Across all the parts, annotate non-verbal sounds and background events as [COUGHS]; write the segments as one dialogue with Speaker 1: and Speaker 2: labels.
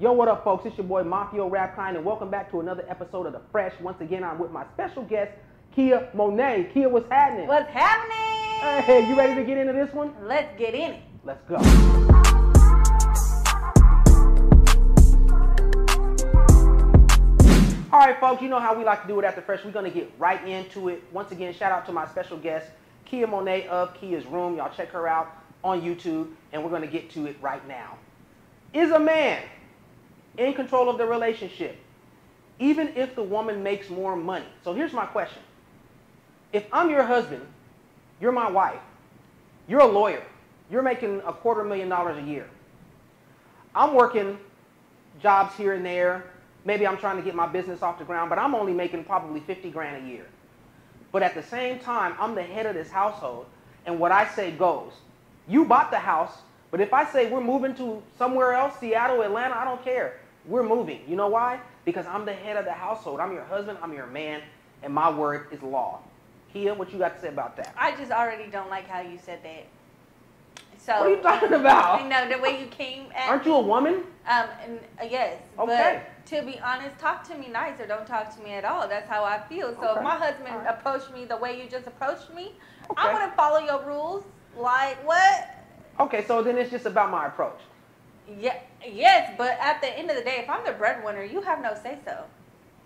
Speaker 1: Yo, what up, folks? It's your boy Mafio Rapkind, and welcome back to another episode of The Fresh. Once again, I'm with my special guest, Kia Monet. Kia, what's happening?
Speaker 2: What's happening?
Speaker 1: Hey, you ready to get into this one?
Speaker 2: Let's get in it.
Speaker 1: Let's go. All right, folks, you know how we like to do it after fresh. We're going to get right into it. Once again, shout out to my special guest, Kia Monet of Kia's Room. Y'all check her out on YouTube, and we're going to get to it right now. Is a man in control of the relationship, even if the woman makes more money? So here's my question If I'm your husband, you're my wife, you're a lawyer, you're making a quarter million dollars a year. I'm working jobs here and there. Maybe I'm trying to get my business off the ground, but I'm only making probably 50 grand a year. But at the same time, I'm the head of this household, and what I say goes. You bought the house, but if I say we're moving to somewhere else, Seattle, Atlanta, I don't care. We're moving. You know why? Because I'm the head of the household. I'm your husband, I'm your man, and my word is law. Kia, what you got to say about that?
Speaker 2: I just already don't like how you said that. So
Speaker 1: What are you talking about?
Speaker 2: You know the way you came at
Speaker 1: Aren't you a woman?
Speaker 2: Um, and, uh, yes.
Speaker 1: Okay.
Speaker 2: But to be honest, talk to me nice or don't talk to me at all. That's how I feel. So
Speaker 1: Okay.
Speaker 2: if my husband
Speaker 1: All right.
Speaker 2: approached me the way you just approached me,
Speaker 1: Okay.
Speaker 2: I'm gonna follow your rules. Like what?
Speaker 1: Okay, so then it's just about my approach.
Speaker 2: Yeah. Yes, but at the end of the day, if I'm the breadwinner, you have no say so.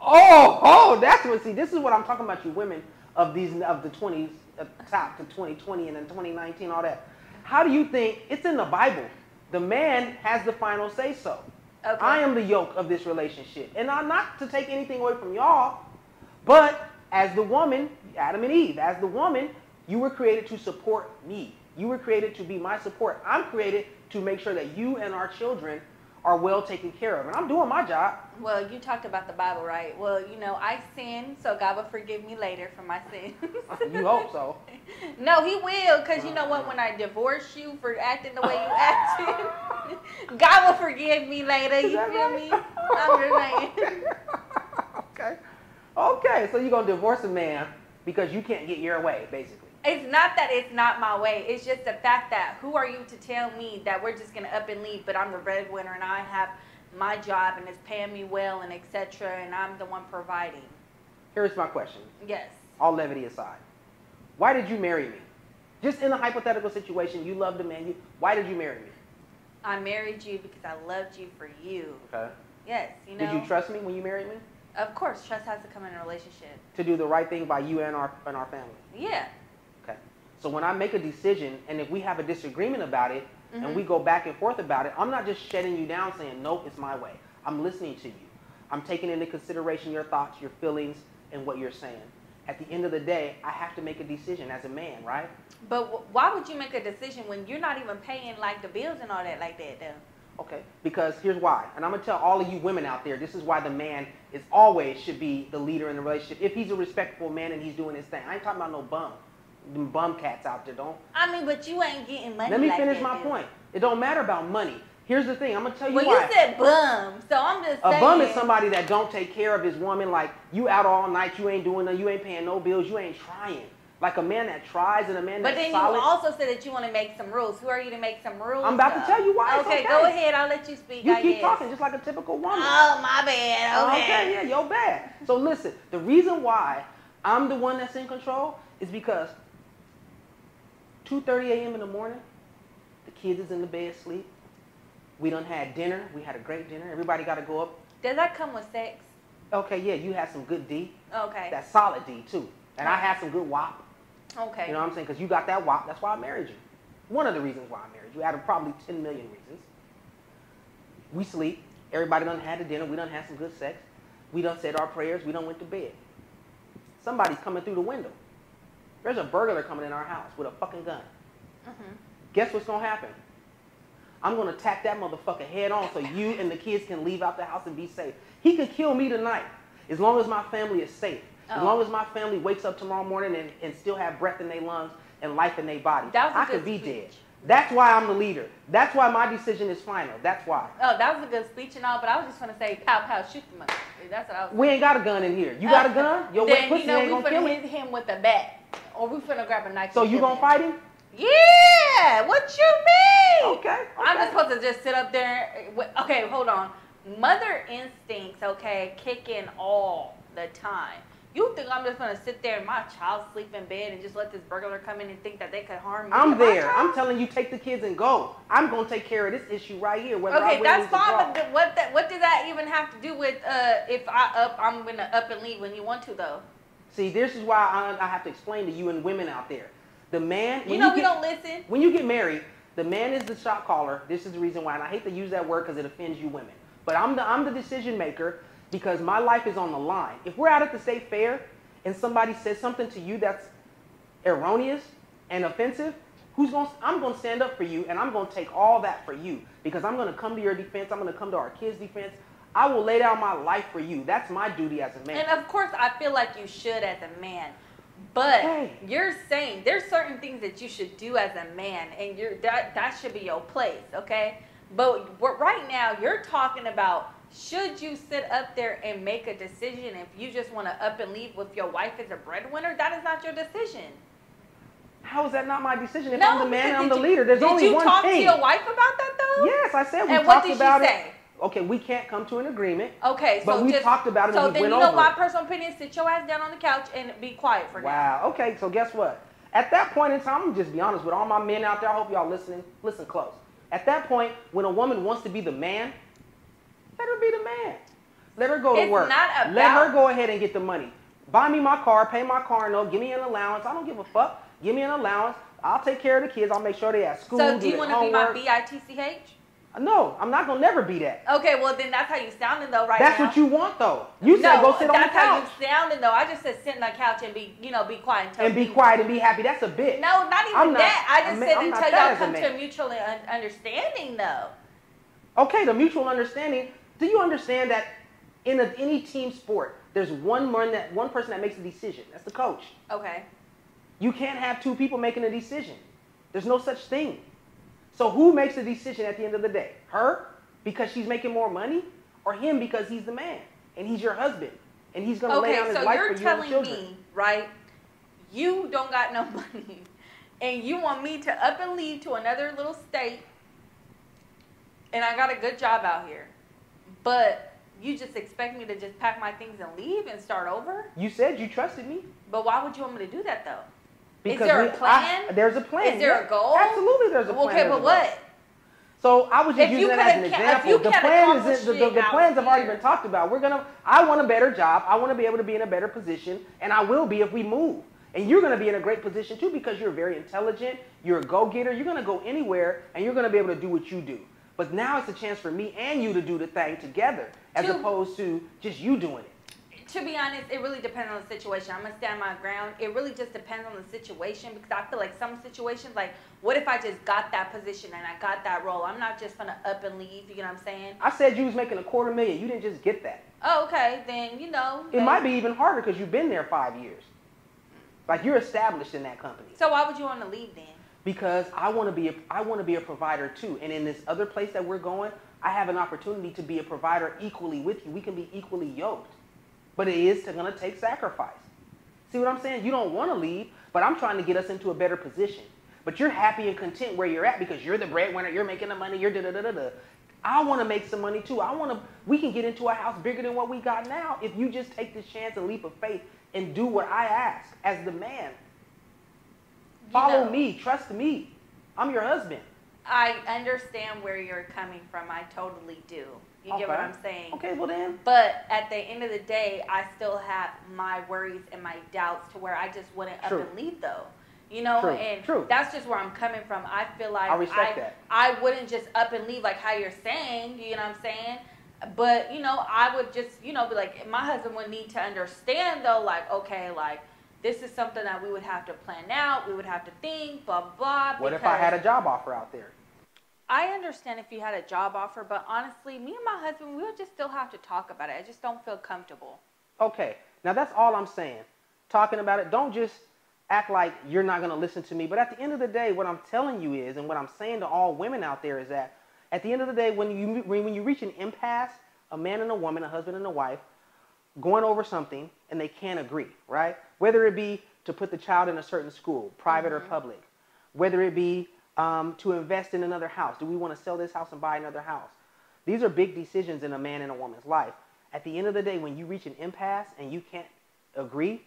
Speaker 1: Oh, oh, that's what. See, this is what I'm talking about. You women of these of the 20s, uh, top to 2020 and then 2019, all that. How do you think it's in the Bible? The man has the final say so.
Speaker 2: Okay.
Speaker 1: I am the yoke of this relationship, and I'm not to take anything away from y'all, but as the woman, Adam and Eve, as the woman, you were created to support me. You were created to be my support. I'm created to make sure that you and our children are well taken care of, and I'm doing my job.
Speaker 2: Well, you talked about the Bible, right? Well, you know, I sin, so God will forgive me later for my sins. [LAUGHS]
Speaker 1: You hope so.
Speaker 2: No, he will, because you know what? When I divorce you for acting the way you acted, [LAUGHS] God will forgive me later.
Speaker 1: Is
Speaker 2: You
Speaker 1: that
Speaker 2: feel
Speaker 1: right?
Speaker 2: me? I'm just saying.
Speaker 1: okay. Okay, so you're gonna divorce a man because you can't get your way, basically.
Speaker 2: It's not that it's not my way. It's just the fact that who are you to tell me that we're just gonna up and leave? But I'm the breadwinner and I have my job and it's paying me well and etc. And I'm the one providing.
Speaker 1: Here's my question,
Speaker 2: Yes.
Speaker 1: all levity aside. Why did you marry me? Just in a hypothetical situation, you loved a man, you why did you marry me?
Speaker 2: I married you because I loved you for you.
Speaker 1: Okay.
Speaker 2: Yes, you know.
Speaker 1: Did you trust me when you married me?
Speaker 2: Of course, trust has to come in a relationship.
Speaker 1: To do the right thing by you and our and our family.
Speaker 2: Yeah.
Speaker 1: Okay. So when I make a decision and if we have a disagreement about it and
Speaker 2: Mhm.
Speaker 1: we go back and forth about it, I'm not just shutting you down saying, nope, it's my way. I'm listening to you. I'm taking into consideration your thoughts, your feelings, and what you're saying. At the end of the day, I have to make a decision as a man, right?
Speaker 2: But w- why would you make a decision when you're not even paying like the bills and all that like that though?
Speaker 1: Okay. Because here's why. And I'm going to tell all of you women out there, this is why the man is always should be the leader in the relationship. If he's a respectful man and he's doing his thing. I ain't talking about no bum. Them bum cats out there don't.
Speaker 2: I mean, but you ain't getting money.
Speaker 1: Let me
Speaker 2: like
Speaker 1: finish
Speaker 2: that,
Speaker 1: my
Speaker 2: though.
Speaker 1: point. It don't matter about money. Here's the thing. I'm going to tell you
Speaker 2: Well,
Speaker 1: why.
Speaker 2: you said bum, so I'm just
Speaker 1: A
Speaker 2: saying.
Speaker 1: bum is somebody that don't take care of his woman. Like you out all night, you ain't doing nothing, you ain't paying no bills, you ain't trying. Like a man that tries and a man
Speaker 2: But
Speaker 1: that's
Speaker 2: then
Speaker 1: solid.
Speaker 2: you also said that you want to make some rules. Who are you to make some rules?
Speaker 1: I'm about to
Speaker 2: though?
Speaker 1: tell you why it's
Speaker 2: Okay,
Speaker 1: okay.
Speaker 2: go ahead. I'll let you speak.
Speaker 1: you
Speaker 2: I
Speaker 1: keep
Speaker 2: guess.
Speaker 1: talking just like a typical woman.
Speaker 2: Oh my bad. Okay.
Speaker 1: okay, yeah, yo bad. So listen, the reason why I'm the one that's in control is because 2:30 a.m. in the morning, the kids is in the bed asleep. We done had dinner. We had a great dinner. Everybody got to go up.
Speaker 2: Does that come with sex?
Speaker 1: Okay, yeah, you had some good D.
Speaker 2: Okay.
Speaker 1: That solid D too. And I had some good WAP.
Speaker 2: okay.
Speaker 1: You know what I'm saying? Because you got that wop. That's why I married you. One of the reasons why I married you. Out of probably 10 million reasons. We sleep. Everybody done had the dinner. We done had some good sex. We done said our prayers. We done went to bed. Somebody's coming through the window. There's a burglar coming in our house with a fucking gun.
Speaker 2: Mhm.
Speaker 1: Guess what's gonna happen? I'm gonna tap that motherfucker head on so you and the kids can leave out the house and be safe. He could kill me tonight as long as my family is safe. As
Speaker 2: Oh.
Speaker 1: long as my family wakes up tomorrow morning and, and still have breath in their lungs and life in their body.
Speaker 2: That was a
Speaker 1: I could
Speaker 2: good
Speaker 1: be
Speaker 2: speech.
Speaker 1: dead. That's why I'm the leader. That's why my decision is final. That's why.
Speaker 2: Oh, that was a good speech and all, but I was just gonna say pow pow shoot the motherfucker. That's what I was.
Speaker 1: We ain't got a gun in here. You got a gun? Your wet
Speaker 2: Uh, then,
Speaker 1: pussy
Speaker 2: you know,
Speaker 1: ain't
Speaker 2: we
Speaker 1: gonna kill
Speaker 2: finna
Speaker 1: me.
Speaker 2: hit him with a bat, or we finna grab a knife.
Speaker 1: So
Speaker 2: and
Speaker 1: you
Speaker 2: kill
Speaker 1: gonna
Speaker 2: him.
Speaker 1: fight him?
Speaker 2: Yeah. What you mean?
Speaker 1: Okay.
Speaker 2: I'm
Speaker 1: okay.
Speaker 2: just supposed to just sit up there. and- wait, Okay, hold on. mother instincts, okay, kick in all the time. You think I'm just gonna sit there and my child sleep in bed and just let this burglar come in and think that they could harm me?
Speaker 1: I'm
Speaker 2: and my
Speaker 1: there.
Speaker 2: child?
Speaker 1: I'm telling you, take the kids and go. I'm gonna take care of this issue right here. Whether I
Speaker 2: Okay,
Speaker 1: win,
Speaker 2: that's
Speaker 1: lose, or
Speaker 2: fine,
Speaker 1: draw.
Speaker 2: but th- what that what does that even have to do with uh if I up I'm gonna up and leave when you want to though?
Speaker 1: See, this is why I, I have to explain to you and women out there. The man,
Speaker 2: You
Speaker 1: when
Speaker 2: know
Speaker 1: you
Speaker 2: we
Speaker 1: get,
Speaker 2: don't listen.
Speaker 1: when you get married, the man is the shot caller. This is the reason why, and I hate to use that word because it offends you women. But I'm the I'm the decision maker because my life is on the line. If we're out at the state fair and somebody says something to you that's erroneous and offensive, who's going to I'm going to stand up for you and I'm going to take all that for you because I'm going to come to your defense. I'm going to come to our kids' defense. I will lay down my life for you. That's my duty as a man.
Speaker 2: And of course I feel like you should as a man. But
Speaker 1: Hey.
Speaker 2: you're saying there's certain things that you should do as a man and you're that that should be your place, okay? But what- right now you're talking about should you sit up there and make a decision if you just want to up and leave with your wife as a breadwinner? That is not your decision.
Speaker 1: How is that not my decision? If
Speaker 2: No,
Speaker 1: I'm the man,
Speaker 2: because
Speaker 1: and I'm
Speaker 2: did
Speaker 1: the
Speaker 2: you-
Speaker 1: leader. There's
Speaker 2: did
Speaker 1: only
Speaker 2: you
Speaker 1: one
Speaker 2: talk to
Speaker 1: thing.
Speaker 2: your wife about that though?
Speaker 1: Yes, I said we
Speaker 2: And
Speaker 1: talked
Speaker 2: what did she
Speaker 1: about it.
Speaker 2: say?
Speaker 1: Okay, we can't come to an agreement.
Speaker 2: Okay, so
Speaker 1: But we
Speaker 2: just,
Speaker 1: talked about it
Speaker 2: So
Speaker 1: and we
Speaker 2: then
Speaker 1: went
Speaker 2: you know
Speaker 1: over
Speaker 2: my
Speaker 1: it.
Speaker 2: personal opinion: sit your ass down on the couch and be quiet for now.
Speaker 1: Wow. Okay, so guess what? At that point in time, I'm gonna just be honest with all my men out there. I hope y'all listening. Listen close. At that point, when a woman wants to be the man, let her be the man. Let her go to
Speaker 2: It's
Speaker 1: work.
Speaker 2: not
Speaker 1: Let
Speaker 2: about-
Speaker 1: her go ahead and get the money. Buy me my car, pay my car note, give me an allowance. I don't give a fuck. Give me an allowance. I'll take care of the kids. I'll make sure they at school.
Speaker 2: So do you
Speaker 1: their
Speaker 2: want to be my
Speaker 1: homework.
Speaker 2: B I T C H?
Speaker 1: No, I'm not gonna never be that.
Speaker 2: Okay, well then that's how you sounding though right
Speaker 1: That's
Speaker 2: now.
Speaker 1: what you want though. You
Speaker 2: no,
Speaker 1: said go sit on the
Speaker 2: that's how
Speaker 1: couch
Speaker 2: you sounding though. I just said sit on the couch and be you know be quiet and tell
Speaker 1: and be
Speaker 2: people.
Speaker 1: quiet and be happy. That's a bit.
Speaker 2: No, not even
Speaker 1: I'm not-
Speaker 2: that. I just
Speaker 1: I'm-
Speaker 2: said
Speaker 1: I'm not
Speaker 2: until
Speaker 1: that
Speaker 2: y'all
Speaker 1: as a
Speaker 2: come to
Speaker 1: man.
Speaker 2: a mutual un- understanding though.
Speaker 1: Okay, the mutual understanding. Do you understand that in a, any team sport, there's one man that one person that makes the decision. That's the coach.
Speaker 2: Okay.
Speaker 1: You can't have two people making a decision. There's no such thing. So who makes the decision at the end of the day? Her because she's making more money, or him because he's the man and he's your husband and he's gonna lay
Speaker 2: Okay,
Speaker 1: down his
Speaker 2: so
Speaker 1: life
Speaker 2: you're
Speaker 1: for you and the
Speaker 2: telling
Speaker 1: children.
Speaker 2: me, right? You don't got no [LAUGHS] money, and you want me to up and leave to another little state, and I got a good job out here, but you just expect me to just pack my things and leave and start over?
Speaker 1: You said you trusted me.
Speaker 2: But why would you want me to do that though?
Speaker 1: Because
Speaker 2: there a
Speaker 1: we- I-
Speaker 2: plan?
Speaker 1: there's a plan.
Speaker 2: Is there a
Speaker 1: yeah.
Speaker 2: goal?
Speaker 1: Absolutely, there's a plan.
Speaker 2: okay,
Speaker 1: there's a
Speaker 2: but
Speaker 1: goal.
Speaker 2: what?
Speaker 1: So I was just
Speaker 2: If you
Speaker 1: using that as an
Speaker 2: could've ca- if you
Speaker 1: example. The
Speaker 2: could've
Speaker 1: plan is
Speaker 2: accomplished
Speaker 1: the, the,
Speaker 2: it
Speaker 1: the
Speaker 2: out
Speaker 1: plans have already
Speaker 2: here.
Speaker 1: been talked about. We're gonna. I want a better job. I want to be able to be in a better position, and I will be if we move. And you're gonna be in a great position too because you're very intelligent. You're a go-getter. You're gonna go anywhere, and you're gonna be able to do what you do. But now it's a chance for me and you to do the thing together, as
Speaker 2: To-
Speaker 1: opposed to just you doing it.
Speaker 2: to be honest, it really depends on the situation. I'm gonna stand my ground. It really just depends on the situation because I feel like some situations, like what if I just got that position and I got that role? I'm not just gonna up and leave. You know what I'm saying?
Speaker 1: I said you was making a quarter million. You didn't just get that.
Speaker 2: Oh, okay, then you know.
Speaker 1: It might be even harder because you've been there five years. Like you're established in that company.
Speaker 2: So why would you want to leave then?
Speaker 1: because I want to be a, I want to be a provider too. And in this other place that we're going, I have an opportunity to be a provider equally with you. We can be equally yoked, but it is going to take sacrifice. See what I'm saying? You don't want to leave, but I'm trying to get us into a better position. But you're happy and content where you're at because you're the breadwinner. You're making the money. You're da da da da da. I want to make some money too. I want to. We can get into a house bigger than what we got now if you just take this chance and leap of faith and do what I ask as the man.
Speaker 2: You
Speaker 1: Follow
Speaker 2: know,
Speaker 1: me. Trust me. I'm your husband.
Speaker 2: I understand where you're coming from. I totally do. You get what
Speaker 1: Okay.
Speaker 2: I'm saying?
Speaker 1: Okay, well then.
Speaker 2: But at the end of the day, I still have my worries and my doubts to where I just wouldn't
Speaker 1: True.
Speaker 2: up and leave though. You know,
Speaker 1: True,
Speaker 2: and
Speaker 1: true.
Speaker 2: that's just where I'm coming from. I feel like
Speaker 1: I respect that.
Speaker 2: I wouldn't just up and leave like how you're saying, you know what I'm saying? But, you know, I would just, you know, be like my husband would need to understand though, like, okay, like this is something that we would have to plan out, we would have to think, blah blah.
Speaker 1: What if I
Speaker 2: because-
Speaker 1: had a job offer out there?
Speaker 2: I understand if you had a job offer, but honestly, me and my husband, we'll just still have to talk about it. I just don't feel comfortable.
Speaker 1: Okay, now that's all I'm saying. Talking about it, don't just act like you're not going to listen to me. But at the end of the day, what I'm telling you is, and what I'm saying to all women out there is that at the end of the day, when you, when when you reach an impasse, a man and a woman, a husband and a wife, going over something and they can't agree, right? Whether it be to put the child in a certain school, private or public, whether it be um, to invest in another house. Do we want to sell this house and buy another house? These are big decisions in a man and a woman's life. At the end of the day, when you reach an impasse and you can't agree,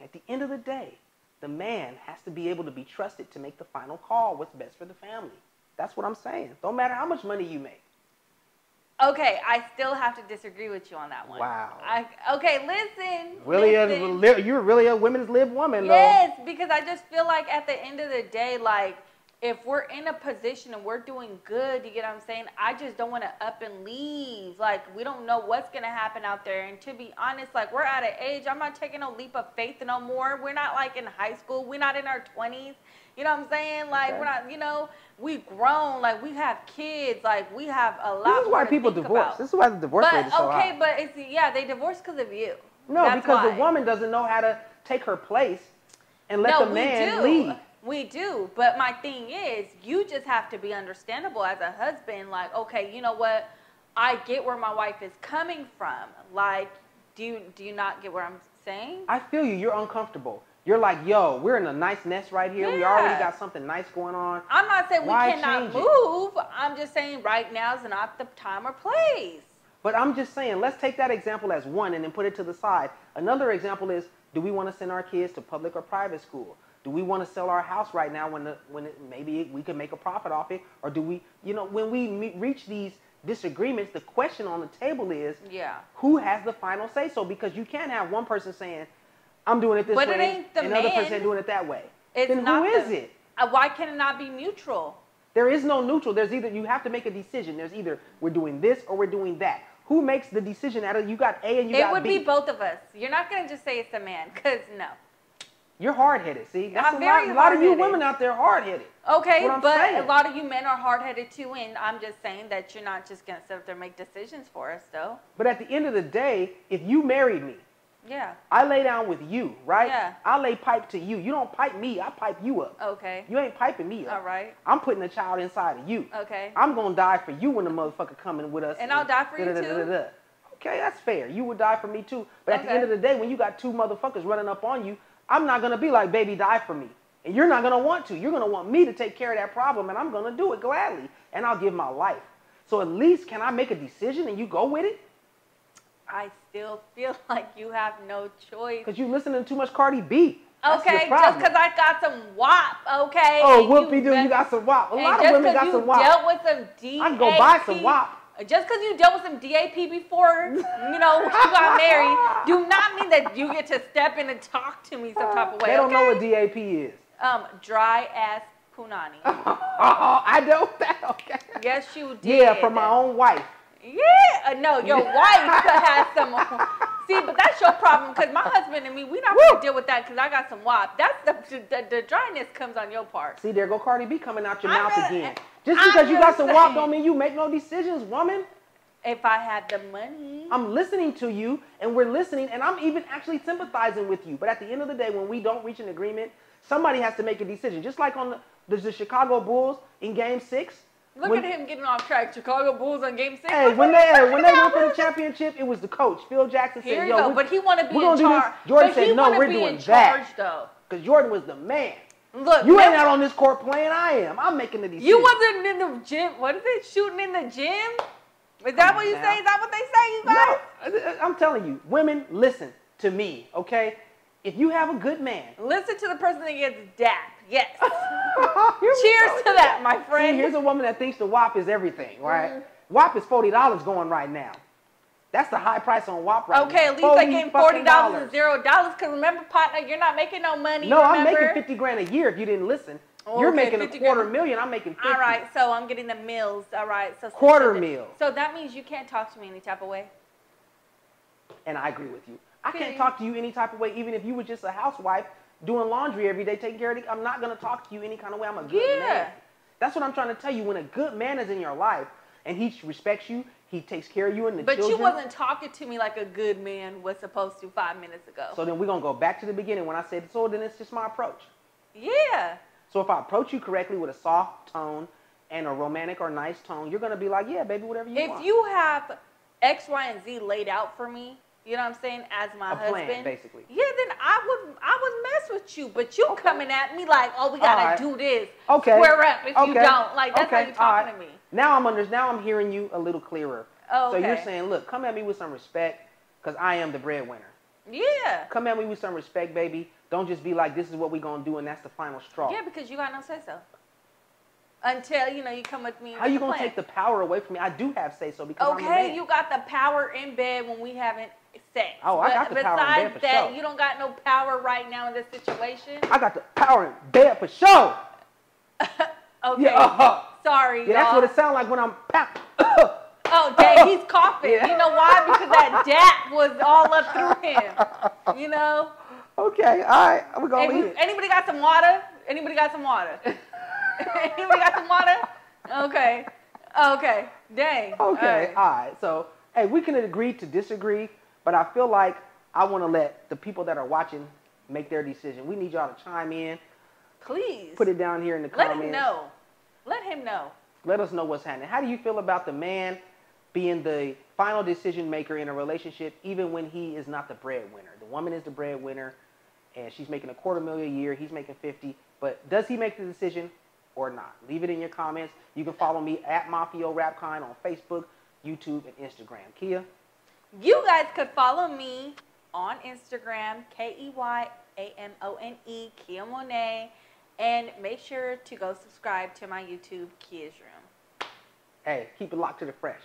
Speaker 1: at the end of the day, the man has to be able to be trusted to make the final call what's best for the family. That's what I'm saying. Don't matter how much money you make.
Speaker 2: Okay, I still have to disagree with you on that one.
Speaker 1: Wow.
Speaker 2: I, okay, listen.
Speaker 1: Really, a,
Speaker 2: listen.
Speaker 1: li- you're really a women's lib woman,
Speaker 2: Yes, because I just feel like at the end of the day, like if we're in a position and we're doing good, you get what I'm saying? I just don't want to up and leave. Like we don't know what's gonna happen out there. And to be honest, like we're at an age, I'm not taking no leap of faith no more. We're not like in high school. We're not in our 20s. You know what I'm saying? Like
Speaker 1: Okay.
Speaker 2: we're not. You know, we grown. Like we have kids. Like we have a
Speaker 1: though.
Speaker 2: lot.
Speaker 1: This is why
Speaker 2: more to
Speaker 1: people
Speaker 2: think
Speaker 1: divorce.
Speaker 2: about.
Speaker 1: This is why the divorce
Speaker 2: But
Speaker 1: rate is so high.
Speaker 2: okay, but it's yeah, they divorce because of you.
Speaker 1: No,
Speaker 2: That's
Speaker 1: because
Speaker 2: why.
Speaker 1: the woman doesn't know how to take her place and let
Speaker 2: no,
Speaker 1: the
Speaker 2: we
Speaker 1: man
Speaker 2: do.
Speaker 1: lead.
Speaker 2: We do, but my thing is, you just have to be understandable as a husband. Like, okay, you know what? I get where my wife is coming from. Like, do you do you not get what I'm saying?
Speaker 1: I feel you. You're uncomfortable. You're like, yo, we're in a nice nest right here. We already
Speaker 2: Yeah.
Speaker 1: got something nice going on.
Speaker 2: I'm not saying we
Speaker 1: Why
Speaker 2: cannot
Speaker 1: change it?
Speaker 2: move. I'm just saying right now is not the time or place.
Speaker 1: But I'm just saying, let's take that example as one and then put it to the side. Another example is, do we want to send our kids to public or private school? Do we want to sell our house right now when the, when it, maybe we could make a profit off it? Or do we, you know, when we meet, reach these disagreements, the question on the table is,
Speaker 2: Yeah.
Speaker 1: who has the final say so because you can't have one person saying i'm doing it this
Speaker 2: But
Speaker 1: way
Speaker 2: it ain't the
Speaker 1: and another
Speaker 2: man.
Speaker 1: person doing it that way
Speaker 2: It's
Speaker 1: then
Speaker 2: not
Speaker 1: who is
Speaker 2: the-
Speaker 1: it
Speaker 2: Uh, Why can it not be mutual?
Speaker 1: there is no neutral there's either you have to make a decision there's either we're doing this or we're doing that who makes the decision out of you got a and you
Speaker 2: it
Speaker 1: got
Speaker 2: would
Speaker 1: b
Speaker 2: be both of us. You're not gonna just say it's a man, cause no.
Speaker 1: you're hard-headed see that's
Speaker 2: I'm
Speaker 1: a lot,
Speaker 2: very
Speaker 1: a lot of you
Speaker 2: hard-headed.
Speaker 1: women out there hard-headed
Speaker 2: Okay,
Speaker 1: what I'm
Speaker 2: but
Speaker 1: saying.
Speaker 2: a lot of you men are hard headed too, and I'm just saying that you're not just gonna sit up there and make decisions for us, though.
Speaker 1: but at the end of the day if you married me
Speaker 2: Yeah.
Speaker 1: i lay down with you right
Speaker 2: Yeah.
Speaker 1: i lay pipe to you you don't pipe me i pipe you up
Speaker 2: Okay.
Speaker 1: you ain't piping me up
Speaker 2: All right. Oh.
Speaker 1: i'm putting a child inside of you
Speaker 2: Okay.
Speaker 1: I'm gonna die for you when the motherfucker coming with us.
Speaker 2: And I'll die for you too?
Speaker 1: da-da-da-da-da. Okay, that's fair. You would die for me too. But at the
Speaker 2: Okay.
Speaker 1: end of the day, when you got two motherfuckers running up on you, I'm not gonna be like, baby, die for me. And you're not gonna want to. You're gonna want me to take care of that problem, and I'm gonna do it gladly. And I'll give my life. So at least can I make a decision and you go with it?
Speaker 2: I still feel [LAUGHS] like you have no choice.
Speaker 1: Because you listening to too much Cardi B. That's your
Speaker 2: Okay, just
Speaker 1: problem.
Speaker 2: because I got some WAP, okay?
Speaker 1: Oh,
Speaker 2: and
Speaker 1: whoopie doo,
Speaker 2: bet-
Speaker 1: you got some wop. A
Speaker 2: and
Speaker 1: lot of
Speaker 2: just
Speaker 1: women
Speaker 2: 'cause
Speaker 1: got some
Speaker 2: you
Speaker 1: wop.
Speaker 2: dealt with some DAP.
Speaker 1: I can go buy some WAP.
Speaker 2: Just because you dealt with some DAP before, you know, you got married, do not mean that you get to step in and talk to me some type of way.
Speaker 1: [LAUGHS] They don't
Speaker 2: okay?
Speaker 1: know what DAP is. [LAUGHS]
Speaker 2: Um, dry ass punani.
Speaker 1: Oh, I don't. That okay.
Speaker 2: Yes, you did.
Speaker 1: Yeah, from my own wife.
Speaker 2: Yeah, uh, no, your wife has some.
Speaker 1: [LAUGHS]
Speaker 2: See, but that's your problem because my husband and me, we not gonna
Speaker 1: Woo.
Speaker 2: deal with that because I got some wop. That's the, the the dryness comes on your part.
Speaker 1: See, there go Cardi B coming out your
Speaker 2: I'm
Speaker 1: mouth
Speaker 2: just-
Speaker 1: again. Just
Speaker 2: I'm
Speaker 1: because you
Speaker 2: just
Speaker 1: got some walk
Speaker 2: saying.
Speaker 1: don't mean you make no decisions, woman.
Speaker 2: If I had the money,
Speaker 1: I'm listening to you, and we're listening, and I'm even actually sympathizing with you. But at the end of the day, when we don't reach an agreement, somebody has to make a decision. Just like on the, the, the Chicago Bulls in Game Six.
Speaker 2: look
Speaker 1: when-
Speaker 2: at him getting off track. Chicago Bulls on Game Six.
Speaker 1: Hey,
Speaker 2: Like,
Speaker 1: when
Speaker 2: what
Speaker 1: they
Speaker 2: are you
Speaker 1: hey, when they
Speaker 2: talking
Speaker 1: won for the
Speaker 2: [LAUGHS] about?
Speaker 1: championship, it was the coach, Phil Jackson.
Speaker 2: Here
Speaker 1: said,
Speaker 2: you
Speaker 1: "Yo,
Speaker 2: go,
Speaker 1: we-
Speaker 2: but he want to be
Speaker 1: we're
Speaker 2: in
Speaker 1: gonna do this."
Speaker 2: charge.
Speaker 1: Jordan
Speaker 2: but
Speaker 1: said,
Speaker 2: he
Speaker 1: "No,
Speaker 2: wanna
Speaker 1: we're
Speaker 2: be
Speaker 1: doing
Speaker 2: in
Speaker 1: that."
Speaker 2: charge, though.
Speaker 1: because Jordan was the man.
Speaker 2: Look,
Speaker 1: You ain't
Speaker 2: remember-
Speaker 1: out on this court playing. I am. I'm making the decision.
Speaker 2: You wasn't in the gym. What is it? Shooting in the gym? Is that
Speaker 1: Come
Speaker 2: what
Speaker 1: on
Speaker 2: you
Speaker 1: now.
Speaker 2: say? Is that what they say, you guys?
Speaker 1: No, I- I'm telling you, women, listen to me, okay? If you have a good [LAUGHS] man,
Speaker 2: Listen to the person that gets dap.
Speaker 1: [LAUGHS]
Speaker 2: Yes.
Speaker 1: Here's-
Speaker 2: Cheers to that, my friend.
Speaker 1: See, here's a woman that thinks the WAP is everything, right? WAP is forty dollars going right now. That's the high price on WAP right
Speaker 2: Okay,
Speaker 1: now.
Speaker 2: at least they getting forty
Speaker 1: fucking
Speaker 2: dollars and zero dollars. Cause remember, partner, you're not making no money.
Speaker 1: No, I'm
Speaker 2: remember?
Speaker 1: making fifty grand a year. If you didn't listen,
Speaker 2: Oh,
Speaker 1: you're
Speaker 2: okay,
Speaker 1: making a
Speaker 2: 50
Speaker 1: quarter
Speaker 2: grand.
Speaker 1: million. I'm making fifty.
Speaker 2: All right, so I'm getting the meals. All right, so
Speaker 1: Quarter
Speaker 2: so,
Speaker 1: meal.
Speaker 2: So that means you can't talk to me any type of way.
Speaker 1: And I agree with you. I can't
Speaker 2: Period.
Speaker 1: talk to you any type of way, even if you were just a housewife doing laundry every day, taking care of it. I'm not gonna talk to you any kind of way. I'm a good
Speaker 2: Yeah.
Speaker 1: man. That's what I'm trying to tell you. When a good man is in your life and he respects you, he takes care of you and the
Speaker 2: But
Speaker 1: children.
Speaker 2: you wasn't talking to me like a good man was supposed to five minutes ago.
Speaker 1: So then we're gonna go back to the beginning when I said so. Then it's just my approach.
Speaker 2: yeah.
Speaker 1: So if I approach you correctly with a soft tone and a romantic or nice tone, you're gonna be like, yeah, baby, whatever you want.
Speaker 2: If you have X, Y, and Z laid out for me, you know what I'm saying, as my
Speaker 1: A plan,
Speaker 2: husband.
Speaker 1: basically.
Speaker 2: Yeah, then I would I would mess with you, but you coming at me like, oh, we gotta
Speaker 1: Alright.
Speaker 2: do this.
Speaker 1: Okay.
Speaker 2: Square up if you
Speaker 1: Okay.
Speaker 2: don't. Like that's
Speaker 1: Okay.
Speaker 2: how you talking
Speaker 1: Alright.
Speaker 2: to me.
Speaker 1: Now I'm under. Now I'm hearing you a little clearer.
Speaker 2: Oh,
Speaker 1: So you're
Speaker 2: okay.
Speaker 1: saying, look, come at me with some respect, because I am the breadwinner.
Speaker 2: Yeah.
Speaker 1: Come at me with some respect, baby. Don't just be like, this is what we gonna do, and that's the final straw.
Speaker 2: Yeah, because you got no say so. Until you know you come with me.
Speaker 1: How you gonna take the power away from me? I do have say so because I'm a
Speaker 2: Okay,
Speaker 1: man.
Speaker 2: you got the power in bed when we haven't sex.
Speaker 1: Oh, I got
Speaker 2: But
Speaker 1: the power in bed
Speaker 2: besides
Speaker 1: for
Speaker 2: that,
Speaker 1: sure.
Speaker 2: you don't got no power right now in this situation.
Speaker 1: I got the power in bed for sure.
Speaker 2: Okay.
Speaker 1: Yeah, [LAUGHS] uh-huh.
Speaker 2: Sorry,
Speaker 1: Yeah, that's
Speaker 2: y'all.
Speaker 1: what it sounds like when I'm. Pa-
Speaker 2: Oh,
Speaker 1: [LAUGHS]
Speaker 2: dang, he's coughing.
Speaker 1: Yeah.
Speaker 2: You know why? Because that dap was all up through him. You know.
Speaker 1: [COUGHS] okay, all right, we're gonna
Speaker 2: Hey,
Speaker 1: leave
Speaker 2: we-
Speaker 1: it.
Speaker 2: anybody got some water? Anybody got
Speaker 1: [LAUGHS]
Speaker 2: some water? anybody got some water? Okay. Okay. Dang.
Speaker 1: Okay,
Speaker 2: Alright.
Speaker 1: all right. So, hey, we can agree to disagree, but I feel like I want to let the people that are watching make their decision. We need y'all to chime in,
Speaker 2: Please.
Speaker 1: put it down here in the
Speaker 2: Let
Speaker 1: comments.
Speaker 2: him know. Let him know.
Speaker 1: Let us know what's happening. How do you feel about the man being the final decision maker in a relationship, even when he is not the breadwinner? The woman is the breadwinner, and she's making a quarter million a year. He's making fifty, but does he make the decision or not? Leave it in your comments. You can follow me at Mafio Rapkind on Facebook, YouTube, and Instagram. Kia.
Speaker 2: You guys could follow me on Instagram, K E Y A M O N E, Kia Monet, and make sure to go subscribe to my YouTube, Kia's Room.
Speaker 1: Hey, keep it locked to the fresh.